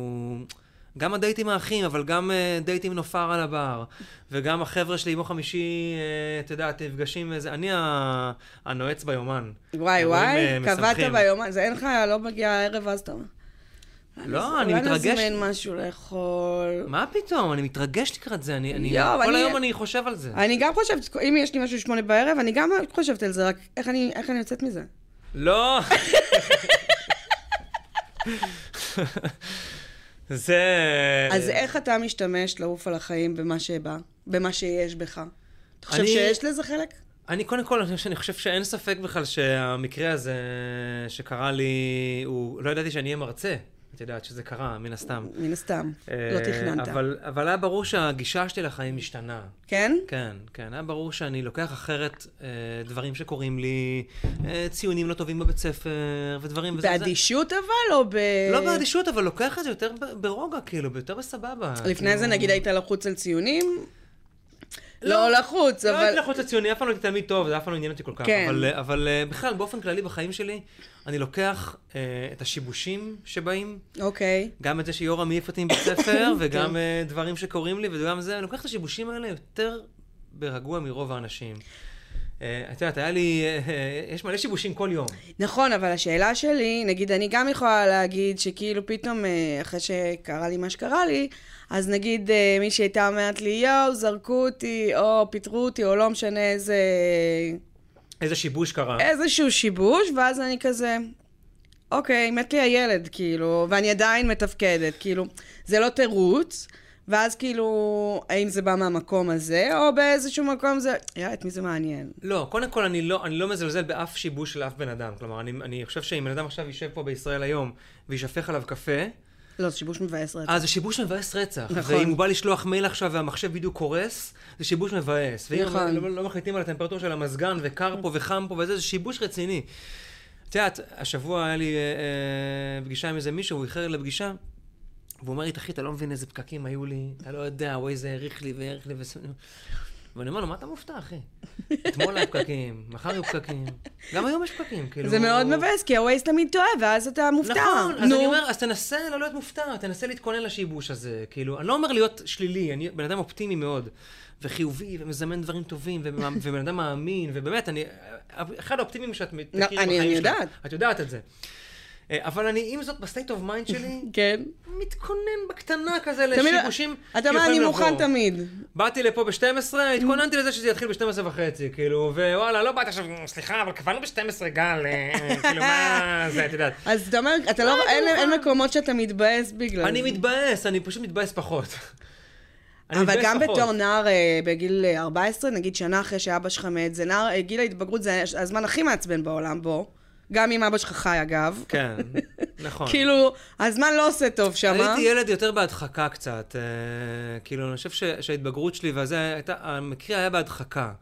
גם הדייט עם האחים, אבל גם אה, דייט עם נופר על הבר, וגם החבר'ה שלי ימו חמישי, אה, את יודעת, נפגשים איזה... אני ה... הנועץ ביומן.
וואי
אירועים,
וואי,
אה,
קבעת
משמחים.
ביומן, זה אין לך, לא מגיע הערב, אז אתה אומר.
לא, אני
אולי
מתרגש.
נזמין משהו לאכול.
מה פתאום? אני מתרגש לקראת זה, אני... אני
יואו,
כל
אני- אה-
היום אני חושב על זה.
אני גם חושבת, אם יש לי משהו שמונה בערב, אני גם חושבת על זה, רק איך אני, איך אני יוצאת מזה?
לא. זה... אה.
אז איך אתה משתמש לעוף על החיים במה שבא, במה שיש בך? אתה חושב
אני-
שיש לזה חלק?
אני קודם כל, אני חושב- אני חושב שאין ספק בכלל שהמקרה הזה שקרה לי, הוא... לא ידעתי שאני אהיה מרצה. את יודעת שזה קרה, מן הסתם.
מן הסתם, לא
אה,
תכננת.
אבל, אבל היה ברור שהגישה שלי לחיים השתנה.
כן?
כן, כן. היה ברור שאני לוקח אחרת אה, דברים שקורים לי, אה, ציונים לא טובים בבית ספר, ודברים... וזה- וזה-
באדישות אבל, או ב...
לא באדישות, אבל לוקח את זה יותר ב- ברוגע, כאילו, יותר בסבבה.
לפני
כאילו,
זה נגיד היית לחוץ על ציונים?
לא.
לא לחוץ,
לא הייתי
אבל...
לחוץ לציוני, אף פעם לא הייתי תלמיד טוב, זה אף פעם לא עניין אותי כל כך.
כן.
אבל, אה, אבל אה, בכלל, באופן כללי בחיים שלי, אני לוקח אה, את השיבושים שבאים,
אוקיי.
גם את זה שיורם העיף אותי מבית
כן.
ספר, וגם אה, דברים שקורים לי, וגם זה, אני לוקח את השיבושים האלה יותר ברגוע מרוב האנשים. אה, את יודעת, היה לי, אה, אה, יש מלא שיבושים כל יום.
נכון, אבל השאלה שלי, נגיד אני גם יכולה להגיד שכאילו פתאום אה, אחרי שקרה לי מה שקרה לי, אז נגיד אה, מישהי הייתה אומרת לי, יואו, זרקו אותי, או פיטרו אותי, או לא משנה איזה...
איזה שיבוש קרה.
איזשהו שיבוש, ואז אני כזה, אוקיי, מת לי הילד, כאילו, ואני עדיין מתפקדת, כאילו, זה לא תירוץ. ואז כאילו, האם זה בא מהמקום הזה, או באיזשהו מקום זה... יא, את מי זה מעניין?
לא, קודם כל אני לא, אני לא מזלזל באף שיבוש של אף בן אדם. כלומר, אני, אני חושב שאם בן אדם עכשיו יישב פה בישראל היום וישפך עליו קפה,
לא, זה שיבוש מבאס רצח.
אה, זה שיבוש מבאס רצח.
נכון.
נכון. ואם הוא בא לשלוח מייל עכשיו והמחשב בדיוק קורס, זה שיבוש מבאס. ואם
נכון.
לא, לא מחליטים על הטמפרטורה של המזגן, וקר פה וחם פה וזה, זה שיבוש רציני. את יודעת, השבוע היה לי אה, אה, פגישה עם איזה מישהו, הוא איחר לפגישה, והוא אומר לי, אחי, אתה לא מבין איזה פקקים היו לי, אתה לא יודע, ווייז האריך לי והאריך לי וס... ואני אומר לו, מה אתה מופתע, אחי? אתמול היו פקקים, מחר היו פקקים, גם היום יש פקקים, כאילו...
זה מאוד מבאס, כי הווייז תמיד טועה, ואז אתה מופתע.
נכון, אז אני אומר, אז תנסה לא להיות מופתע, תנסה להתכונן לשיבוש הזה. כאילו, אני לא אומר להיות שלילי, אני בן אדם אופטימי מאוד, וחיובי, ומזמן דברים טובים, ומאמ- ובן אדם מאמין, ובאמת, אני... אחד האופטימיים שאת מכירה
לא,
בחיים
אני-
שלך.
אני יודעת.
את יודעת את זה. אה, אבל אני, עם זאת, בסטייט אוף מיינד שלי,
כן.
מתכונן בקטנה כזה
תמיד-
לשיבושים
אתה אומר, אני
שיכולים
מוכן
לבוא."
תמיד.
באתי לפה ב-12, התכוננתי לזה שזה יתחיל ב-12 וחצי, כאילו, ווואלה, לא באתי עכשיו, סליחה, אבל קבענו ב-12, גל, אה, כאילו, מה זה, את יודעת.
אז אתה אומר, אתה
אה,
לא,
אתה
אין-
מוכן.
אין מקומות שאתה מתבאס בגלל
אני
זה.
מתבאס, אני פשוט מתבאס פחות. אני
אבל
מתבאס
גם
פחות.
בתור נער אה, בגיל אה, 14, נגיד שנה אחרי שאבא שלך מת, זה נער, אה, גיל ההתבגרות זה הזמן הכי מעצבן בעולם בו. גם אם אבא שלך חי, אגב.
כן, נכון.
כאילו, הזמן לא עושה טוב שם.
הייתי ילד יותר בהדחקה קצת. אה, כאילו, אני חושב ש- שההתבגרות שלי והזה, הייתה, המקרה היה בהדחקה. ה-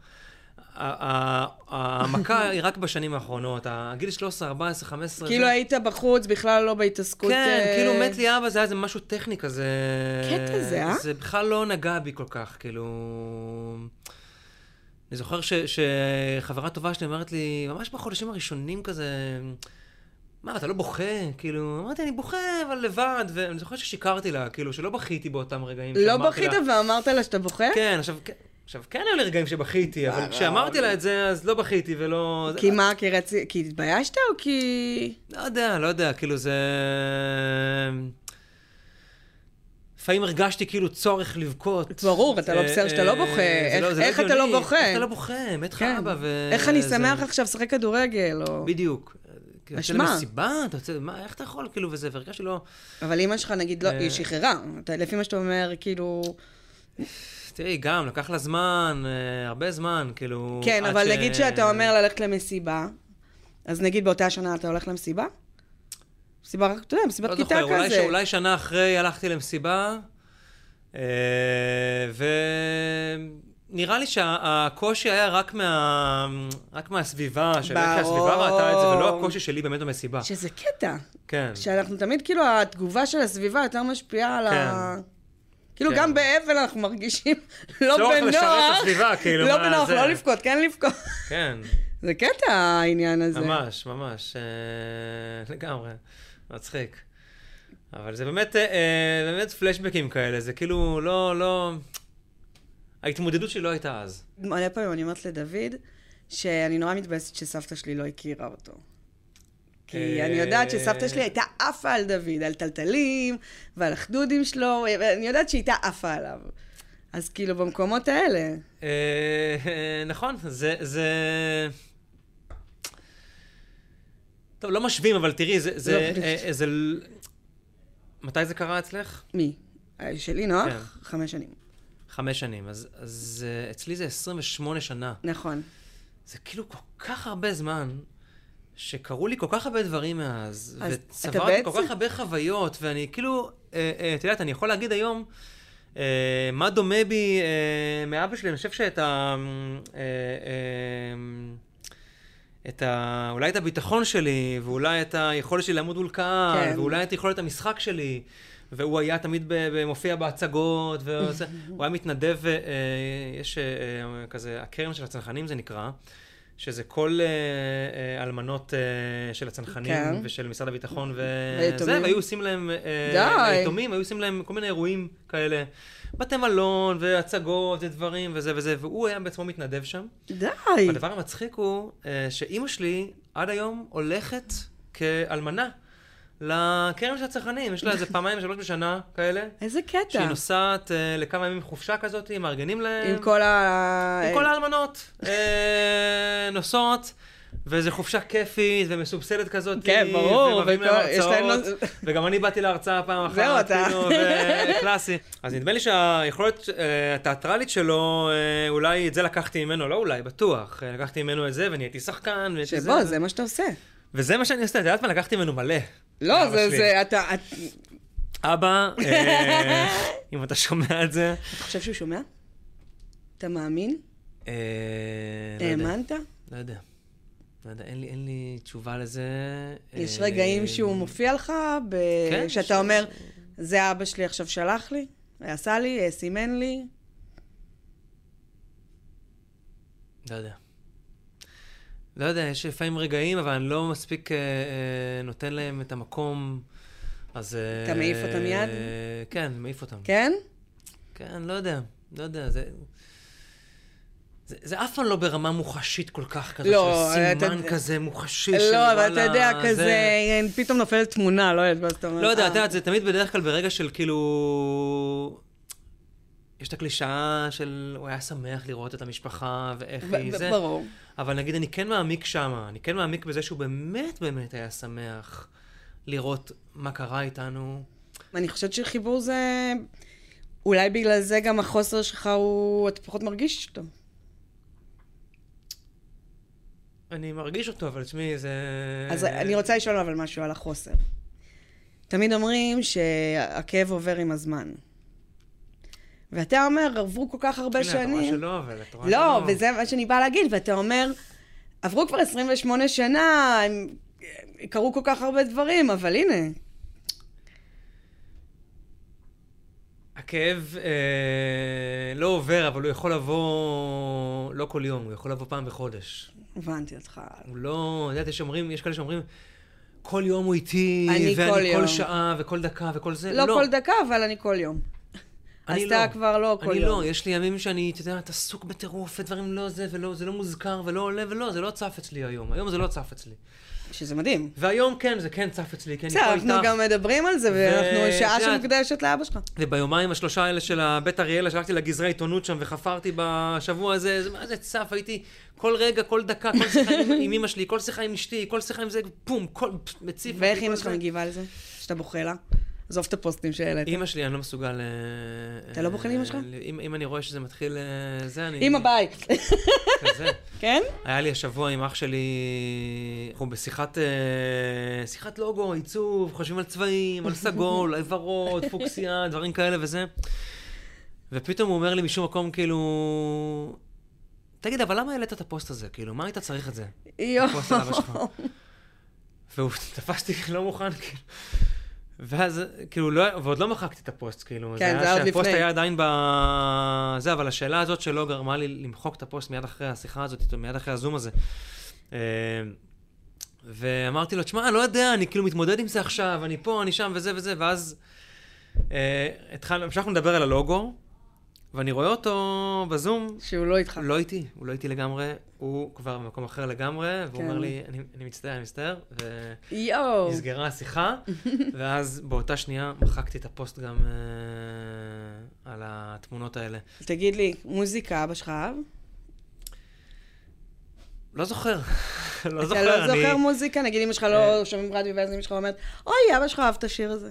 ה- המכה היא רק בשנים האחרונות, הגיל 13, 14, 15.
כאילו
זה-
היית בחוץ, בכלל לא בהתעסקות.
כן,
אה,
כאילו מת לי אבא, זה היה איזה משהו טכני כזה.
קטע זה, אה?
זה בכלל לא נגע בי כל כך, כאילו... אני זוכר ש- שחברה טובה שלי אומרת לי, ממש בחודשים הראשונים כזה, מה, אתה לא בוכה? כאילו, אמרתי, אני בוכה, אבל לבד, ואני זוכר ששיקרתי לה, כאילו, שלא בכיתי באותם רגעים.
לא
שאמרתי
בכית
לה-
ואמרת לה שאתה בוכה?
כן, עכשיו... כן- עכשיו, כן היו לי רגעים שבכיתי, אבל כשאמרתי לה את זה, אז לא בכיתי ולא...
אה, כי מה, כי רצי... כי התביישת או כי...
לא יודע, לא יודע, כאילו זה... אמ, לפעמים הרגשתי כאילו צורך לבכות.
ברור, אתה לא
אה,
בסדר שאתה לא
אה,
בוכה.
זה
איך-
זה לא
איך אתה לא
הגיוני,
בוכה?
איך אתה לא בוכה? מת לך
כן.
אבא ו...
איך אני
אה, זה-
שמח עכשיו לשחק כדורגל, או...
בדיוק. אתה יוצא
אשמה.
למסיבה, אתה יוצא, מה, איך אתה יכול, כאילו, וזה, והרגשתי לא...
אבל אימא שלך, נגיד, לא,
אה.
היא שחררה. אתה- לפי מה שאתה אומר, כאילו...
תראי, גם, לקח לה זמן, אה, הרבה זמן, כאילו...
כן,
עד
אבל
ש-
נגיד שאתה אומר ללכת למסיבה, אז נגיד באותה שנה אתה הולך למסיבה? מסיבה, רק- אתה יודע, מסיבת
לא
כיתה
זוכר, אולי ש-
כזה.
אולי שנה אחרי הלכתי למסיבה, אה, ונראה לי שהקושי היה רק, מה... רק מהסביבה, של איך שהסביבה
ברור.
ראתה את זה, ולא הקושי שלי באמת במסיבה.
שזה קטע.
כן.
שאנחנו תמיד, כאילו, התגובה של הסביבה יותר משפיעה על ה...
כן.
כאילו,
כן.
גם באבל אנחנו מרגישים לא
צורך
בנוח.
לשרת את הסביבה, כאילו,
לא
מה
בנוח,
זה?
לא לבכות, כן לבכות.
כן,
זה קטע העניין הזה.
ממש, ממש, אה, לגמרי, מצחיק. אבל זה באמת, אה, אה, באמת פלשבקים כאלה, זה כאילו לא, לא... ההתמודדות שלי לא הייתה אז.
מלא פעמים אני אומרת לדוד, שאני נורא מתבאסת שסבתא שלי לא הכירה אותו. כי
אה.
אני יודעת שסבתא שלי הייתה עפה על דוד, על טלטלים ועל החדודים שלו, ואני יודעת שהיא הייתה עפה עליו. אז כאילו, במקומות האלה.
אה, אה, נכון, זה, זה... טוב, לא משווים, אבל תראי, זה... זה,
לא.
אה, אה, זה... ל- מתי זה קרה אצלך?
מי? אה, שלי נוח?
כן.
חמש שנים.
חמש שנים. אז, אז אה, אצלי זה 28 שנה.
נכון.
זה כאילו כל כך הרבה זמן, שקרו לי כל כך הרבה דברים מאז,
אז אתה
וצברתי
בעצם-
כל כך הרבה חוויות, ואני כאילו, אה, אה, את יודעת, אני יכול להגיד היום, אה, מה דומה בי אה, מאבא שלי, אני חושב שאת ה... אה, אה, את ה... אולי את הביטחון שלי, ואולי את היכולת שלי לעמוד מול קהל,
כן.
ואולי את יכולת המשחק שלי. והוא היה תמיד ב- ב- מופיע בהצגות, וזה- הוא היה מתנדב, אה, יש אה, אה, כזה, הקרן של הצנחנים זה נקרא, שזה כל אה, אה, אלמנות אה, של הצנחנים
כן.
ושל משרד הביטחון
ויתומים.
וזה, והיו עושים להם, אה,
די.
היתומים, היו עושים להם כל מיני אירועים כאלה, בתי מלון והצגות ודברים וזה וזה, והוא היה בעצמו מתנדב שם.
די.
הדבר המצחיק הוא אה, שאימא שלי עד היום הולכת כאלמנה לקרן של הצרכנים, יש לה איזה פעמיים, שלוש בשנה כאלה,
איזה
שהיא
קטע.
נוסעת אה, לכמה ימים חופשה כזאת, מארגנים להם.
עם כל ה...
עם כל האלמנות. אה, נוסעות, ואיזו חופשה כיפית ומסובסדת כזאת.
כן, ברור,
ומביאים
וכל-
להם
יש להם
הרצאות,
נוס-
וגם אני באתי להרצאה פעם אחת.
זהו, אתה.
כאילו, ו- קלאסי. אז נדמה לי שהיכולת אה, התיאטרלית שלו, אה, אולי את זה לקחתי ממנו, לא אולי, בטוח. אה, לקחתי ממנו את זה, ואני הייתי שחקן. והייתי
שבו, זה מה שאתה עושה.
וזה מה שאני עושה, את יודעת מה? לקחתי ממנו מלא.
לא,
אבא
זה,
שלי.
זה, אתה... את-
אבא, אה, אם אתה שומע את זה.
אתה חושב שהוא שומע? אתה מאמין?
אה, לא יודע.
האמנת?
לא יודע. לא יודע, אין לי, אין לי תשובה לזה.
יש
אה,
רגעים שהוא מופיע לך, ב...
כן, ש-
שאתה אומר, זה אבא שלי עכשיו שלח לי, עשה לי, אה, סימן לי.
לא יודע. לא יודע, יש לפעמים רגעים, אבל אני לא מספיק אה, אה, נותן להם את המקום, אז... אה,
אתה מעיף אותם מיד?
אה, כן, אני מעיף אותם.
כן?
כן, לא יודע, לא יודע, זה... זה, זה אף פעם לא ברמה מוחשית כל כך, כזה
לא,
של סימן
אתה-
כזה מוחשי של
לא, אבל אתה
וואלה,
יודע, כזה,
אה, זה...
פתאום נופלת תמונה, לא יודעת מה זאת אומרת.
לא יודע,
אה,
את יודעת, זה תמיד בדרך כלל ברגע של כאילו... יש את הקלישאה של הוא היה שמח לראות את המשפחה ואיך
ב-
היא
ב-
זה,
ברור.
אבל נגיד אני כן מעמיק שמה, אני כן מעמיק בזה שהוא באמת באמת היה שמח לראות מה קרה איתנו.
אני חושבת שחיבור זה... אולי בגלל זה גם החוסר שלך הוא... אתה פחות מרגיש אותו.
אני מרגיש אותו, אבל תשמעי, זה...
אז
אה.
אני רוצה לשאול אבל משהו על החוסר. תמיד אומרים שהכאב עובר עם הזמן. ואתה אומר, עברו כל כך הרבה
הנה, את כן, רואה
שנים.
שלא, אבל את רואה
לא,
שלא.
וזה מה שאני באה להגיד, ואתה אומר, עברו כבר 28 שנה, הם... אה, קרו כל כך הרבה דברים, אבל הנה.
הכאב אה, לא עובר, אבל הוא יכול לבוא לא כל יום, הוא יכול לבוא פעם בחודש.
הבנתי אותך.
הוא לא, את יודעת, יש אומרים, יש כאלה שאומרים, כל יום הוא איתי,
אני
ואני
כל
כל,
יום."
שעה, וכל דקה, וכל זה.
לא כל דקה, אבל אני כל יום. אז
אני
אתה כבר לא כל
אני
יום.
לא, יש לי ימים שאני, אתה יודע, עסוק בטירוף, ודברים לא זה, ולא, זה לא מוזכר, ולא עולה, ולא, זה לא צף אצלי היום. היום זה לא צף אצלי.
שזה מדהים.
והיום כן, זה כן צף אצלי, כי אני
בסדר,
פה
אנחנו
איתך.
גם מדברים על זה, ואנחנו שעה
את יודעת-
שמוקדשת לאבא שלך.
וביומיים השלושה האלה של הבית אריאלה, שלחתי לגזרי עיתונות שם וחפרתי בשבוע הזה, זה מה זה צף, הייתי כל רגע, כל דקה, כל שיחה עם, עם אמא שלי, כל שיחה עם אשתי, כל שיחה עם זה, פום, כל מציף.
ואיך
כל
אימא
זה.
שלך מגיבה לזה? שאתה בוכה לה? עזוב את הפוסטים שהעלית.
אימא שלי, אני לא מסוגל... אה,
אתה לא בוחן אימא
אה,
שלך?
אם אם אני רואה שזה מתחיל... אה, זה, אני...
אימא ביי.
כזה.
כן?
היה לי השבוע עם אח שלי, אנחנו בשיחת אה, שיחת לוגו, עיצוב, חושבים על צבעים, על סגול, אולי ורוד, פוקסיה, דברים כאלה וזה. ופתאום הוא אומר לי משום מקום, כאילו... תגיד, אבל למה העלית את הפוסט הזה? כאילו, מה היית צריך את זה?
יואו.
הפוסט על אבא שלך. והוא תפסתי לא מוכן, כאילו. ואז, כאילו, לא, ועוד לא מחקתי את הפוסט, כאילו.
כן, זה
היה
עוד
שהפוסט
לפני.
היה עדיין ב... זה, אבל השאלה הזאת שלא גרמה לי למחוק את הפוסט מיד אחרי השיחה הזאת, איתו, מיד אחרי הזום הזה. אה, ואמרתי לו, תשמע, לא יודע, אני כאילו מתמודד עם זה עכשיו, אני פה, אני שם, וזה וזה, ואז אה, התחלנו, המשכנו לדבר על הלוגו, ואני רואה אותו בזום,
שהוא לא איתך.
הוא לא איתי, הוא לא איתי לגמרי, הוא כבר במקום אחר לגמרי, והוא
כן.
אומר לי, אני, אני מצטער, אני מצטער, ו...
יואו.
נסגרה השיחה, ואז באותה שנייה מחקתי את הפוסט גם אה, על התמונות האלה.
תגיד לי, מוזיקה אבא שלך אהב?
לא זוכר, לא זוכר,
אתה לא
אני... אה.
זוכר מוזיקה? נגיד אמא שלך לא שומעים רדיו ואז אמא שלך אומרת, אוי, אבא שלך אהב את השיר הזה.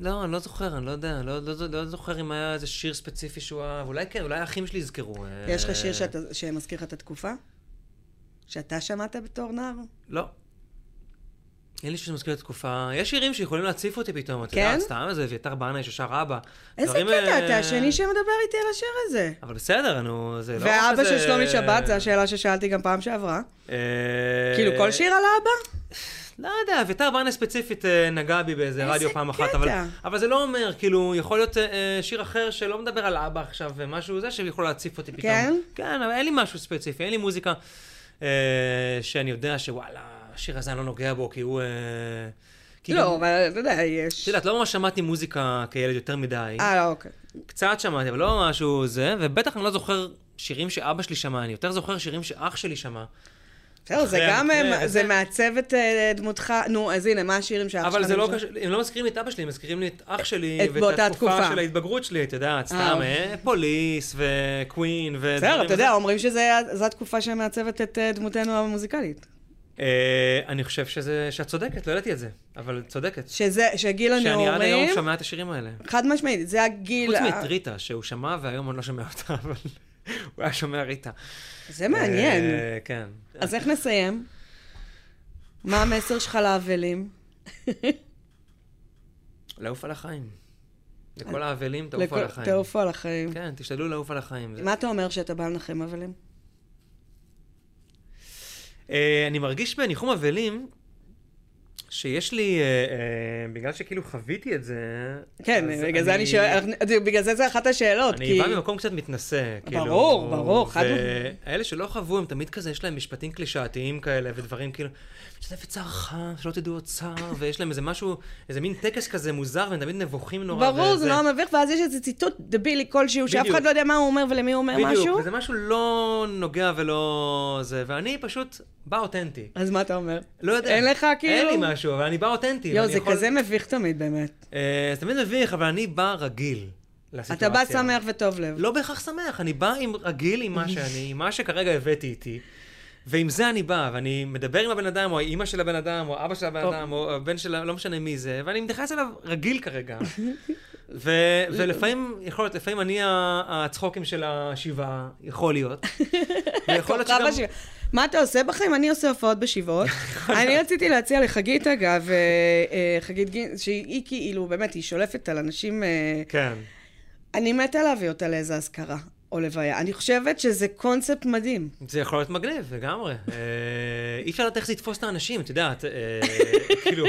לא, אני לא זוכר, אני לא יודע, לא, לא, לא, זוכר אם היה איזה שיר ספציפי שהוא אהב, אולי כן, אולי האחים שלי יזכרו. אה,
יש לך שיר שאתה- שמזכיר לך את התקופה? שאתה שמעת בתור נער?
לא. אין לי שיר שמזכיר את התקופה, יש שירים שיכולים להציף אותי פתאום, אתה
כן?
יודע, סתם איזה אביתר בנאי ששר אבא.
איזה
דברים,
קטע
אה,
אתה, השני שמדבר איתי על השיר הזה.
אבל בסדר, נו, זה לא...
ואבא
כזה-
של שלומי שבת, זו השאלה ששאלתי גם פעם שעברה.
אה,
כאילו, כל שיר על האבא?
לא יודע, אביתר בנה ספציפית אה, נגע בי באיזה
איזה
רדיו פעם אחת,
קטע.
אבל, אבל זה לא אומר, כאילו, יכול להיות אה, שיר אחר שלא מדבר על אבא עכשיו ומשהו זה, שיכול להציף אותי פתאום.
כן?
כן, אבל אין לי משהו ספציפי, אין לי מוזיקה אה, שאני יודע שוואלה, השיר הזה אני לא נוגע בו, כי הוא... אה, כי גם-
לא, אבל אתה יודע, יש...
את יודעת, לא ממש שמעתי מוזיקה כילד יותר מדי.
אה, לא, אוקיי.
קצת שמעתי, אבל לא משהו זה, ובטח אני לא זוכר שירים שאבא שלי שמע, אני יותר זוכר שירים שאח שלי שמע.
בסדר, זה
אחרי
גם,
המקרה,
אה,
אז
זה
זה-
מעצב את אה, דמותך. נו, אז הנה, מה השירים שאח שלך?
אבל זה לא
נמצא?
קשור, הם לא מזכירים לי את אבא שלי, הם מזכירים לי את אח שלי,
את-
ואת
באותה
התקופה
התקופה.
של ההתבגרות שלי, את יודעת, סתם,
אוקיי.
אה, פוליס וקווין ו...
בסדר, אתה יודע, אומרים שזו התקופה שמעצבת את אה, דמותנו המוזיקלית.
אה, אני חושב שזה, שאת צודקת, לא ידעתי את זה, אבל צודקת.
שזה, שגיל
שאני עד היום
הנעורים,
שומע את השירים האלה.
חד משמעית, זה הגיל...
חוץ
ה-
מאת ריטה, שהוא שמע והיום אני לא שומע אותה, אבל הוא היה שומע ריטה.
זה מעניין.
אה, כן.
אז איך נסיים? מה המסר שלך לאבלים?
לעוף על החיים. לכל האבלים, תעופו
לכל-
על החיים.
תעופו על החיים.
כן, תשתדלו לעוף על החיים. זה-
מה אתה אומר שאתה בא לנחם אבלים?
אה, אני מרגיש בניחום אבלים שיש לי, אה, אה, בגלל שכאילו חוויתי את זה... אז
כן, בגלל זה אני שואל, אנחנו- בגלל זה זה אחת השאלות,
אני
כי...
בא ממקום קצת מתנשא, כאילו.
ברור, ברור, חד משמעית.
ואלה שלא חוו, הם תמיד כזה, יש להם משפטים קלישאתיים כאלה, ודברים כאילו, משתתף בצערך, שלא תדעו עוד צער, ויש להם איזה משהו, איזה מין טקס כזה מוזר, והם תמיד נבוכים נורא.
ברור, זה לא
וזה-
נורא מביך, ואז יש איזה ציטוט דבילי כלשהו, שאף
בדיוק.
אחד לא יודע מה הוא אומר ולמי הוא אומר משהו.
בדיוק, וזה משהו לא נוגע ולא זה, ואני פשוט בא אותנטי.
אז מה אתה אומר?
לא יודע.
אין לך כאילו?
אין לי משהו, אבל אני בא אותנטי.
יואו,
ואני
זה
יכול-
כזה מביך תמיד, באמת.
אה, זה תמיד מביך, אבל אני בא רגיל לסיטואציה.
אתה בא שמח וטוב לב.
לא בהכרח שמח, אני בא עם רגיל עם מה שאני, עם מה שכרגע הבאתי איתי. ועם זה אני בא, ואני מדבר עם הבן אדם, או האימא של הבן אדם, או אבא של הבן
טוב.
אדם, או הבן של, ה- לא משנה מי זה, ואני מתייחס אליו רגיל כרגע. ו, ולפעמים, יכול להיות, לפעמים אני ה- הצחוקים של השבעה, יכול להיות. ויכול להיות
כוכב
שגם...
השבעה. מה אתה עושה בחיים? אני עושה הופעות בשבעות. אני רציתי להציע לחגית, אגב, אה, אה, חגית גין, שהיא כאילו, באמת, היא שולפת על אנשים... אה,
כן.
אני מתה להביא אותה לאיזה אזכרה או לוויה. אני חושבת שזה קונספט מדהים.
זה יכול להיות מגניב, לגמרי. אה, אי אפשר לדעת איך זה יתפוס את האנשים, את יודעת, אה, כאילו...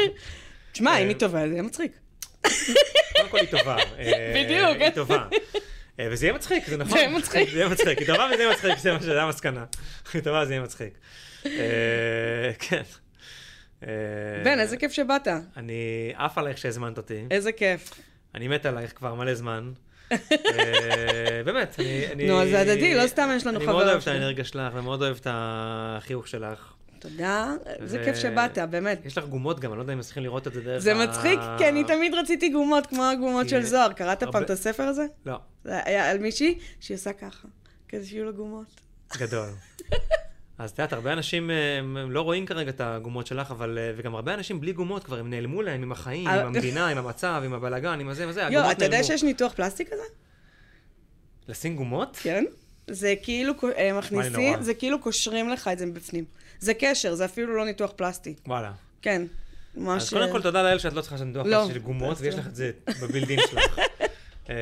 תשמע,
אה,
אם היא טובה, זה יהיה מצחיק.
קודם כל היא טובה. אה,
בדיוק.
היא טובה. אה, וזה יהיה מצחיק, זה נכון.
זה יהיה מצחיק.
זה יהיה מצחיק. היא טובה וזה יהיה מצחיק, זה מה שזה המסקנה. היא טובה וזה יהיה מצחיק. אה, כן. אה,
בן, איזה כיף שבאת.
אני עף עלייך שהזמנת אותי.
איזה כיף.
אני מת עלייך כבר מלא זמן. אה, באמת, אני- אני...
נו, אז זה הדדי, לא סתם יש לנו
אני מאוד
חבר
אוהב את
שלי.
האנרגיה שלך, ומאוד אוהב את החיוך שלך.
תודה, איזה
ו-
כיף שבאת, באמת.
יש לך גומות גם, אני לא יודע אם מצליחים לראות את זה דרך
זה
ה-
מצחיק, כי אני תמיד רציתי גומות כמו הגומות של
כי-
זוהר. קראת פעם
הרבה-
את הספר הזה?
לא,
זה היה על מישהי שהיא עושה ככה, כדי שיהיו לה גומות.
גדול. אז את יודעת, הרבה אנשים אה, הם הם לא רואים כרגע את הגומות שלך, אבל... אה, וגם הרבה אנשים בלי גומות כבר, הם נעלמו להם עם החיים, עם
אבל-
המדינה, עם המצב, עם הבלאגן, עם הזה וזה,
אה,
הגומות
יואו,
נעלמו.
לא, אתה יודע שיש ניתוח פלסטי כזה?
לשים גומות?
כן. זה כאילו קו- אה, מכניסים,
נורא.
זה כאילו קושרים לך את זה מבפנים. זה קשר, זה אפילו לא ניתוח פלסטי.
וואלה.
כן. ממש... אה,
אז קודם כל, תודה לאל שאת לא צריכה שנדוח
לא.
של גומות,
אז-
ויש לך את זה בבילדין שלך. אה,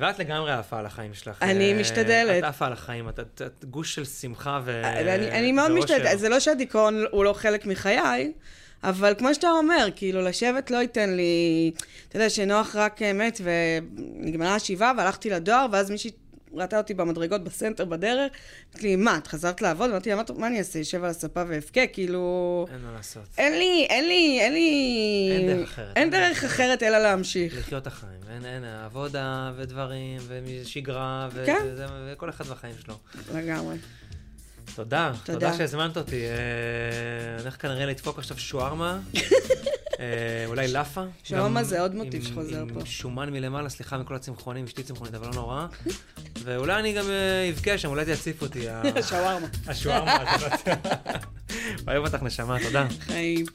ואת לגמרי עפה על החיים שלך.
אני
אה,
משתדלת.
את עפה על החיים, את- את את גוש של שמחה ו...
אני, אה, אני מאוד
ואושר.
משתדלת, זה לא שהדיכאון הוא לא חלק מחיי, אבל כמו שאתה אומר, כאילו, לשבת לא ייתן לי... אתה יודע, שנוח רק אה, מת ונגמרה השבעה והלכתי לדואר, ואז מישהי ראתה אותי במדרגות בסנטר בדרך, אמרתי לי, מה, את חזרת לעבוד? אמרתי לה, "מה את- מה אני אעשה, אשב על הספה ואבכה? כאילו...
אין מה לעשות.
אין לי, אין לי, אין לי...
אין דרך אחרת.
אין דרך אחרת אלא להמשיך.
לחיות את החיים, אין, אין, עבודה ודברים ושגרה ו-
כן.
וזה- וכל אחד והחיים שלו.
לגמרי.
תודה,
תודה.
תודה שהזמנת אותי. אה, אני הולך כנראה לדפוק עכשיו שוארמה, אה, אולי לאפה.
שוארמה
גם
זה עוד מוטיב
עם-
שחוזר פה.
עם שומן מלמעלה, סליחה מכל הצמחונים, אשתי צמחונית, אבל לא נורא. ואולי אני גם אה, אבכה שם, אולי תציף אותי. ה-
שווארמה.
השוארמה הזאת. אוהב אותך נשמה, תודה.
חיים.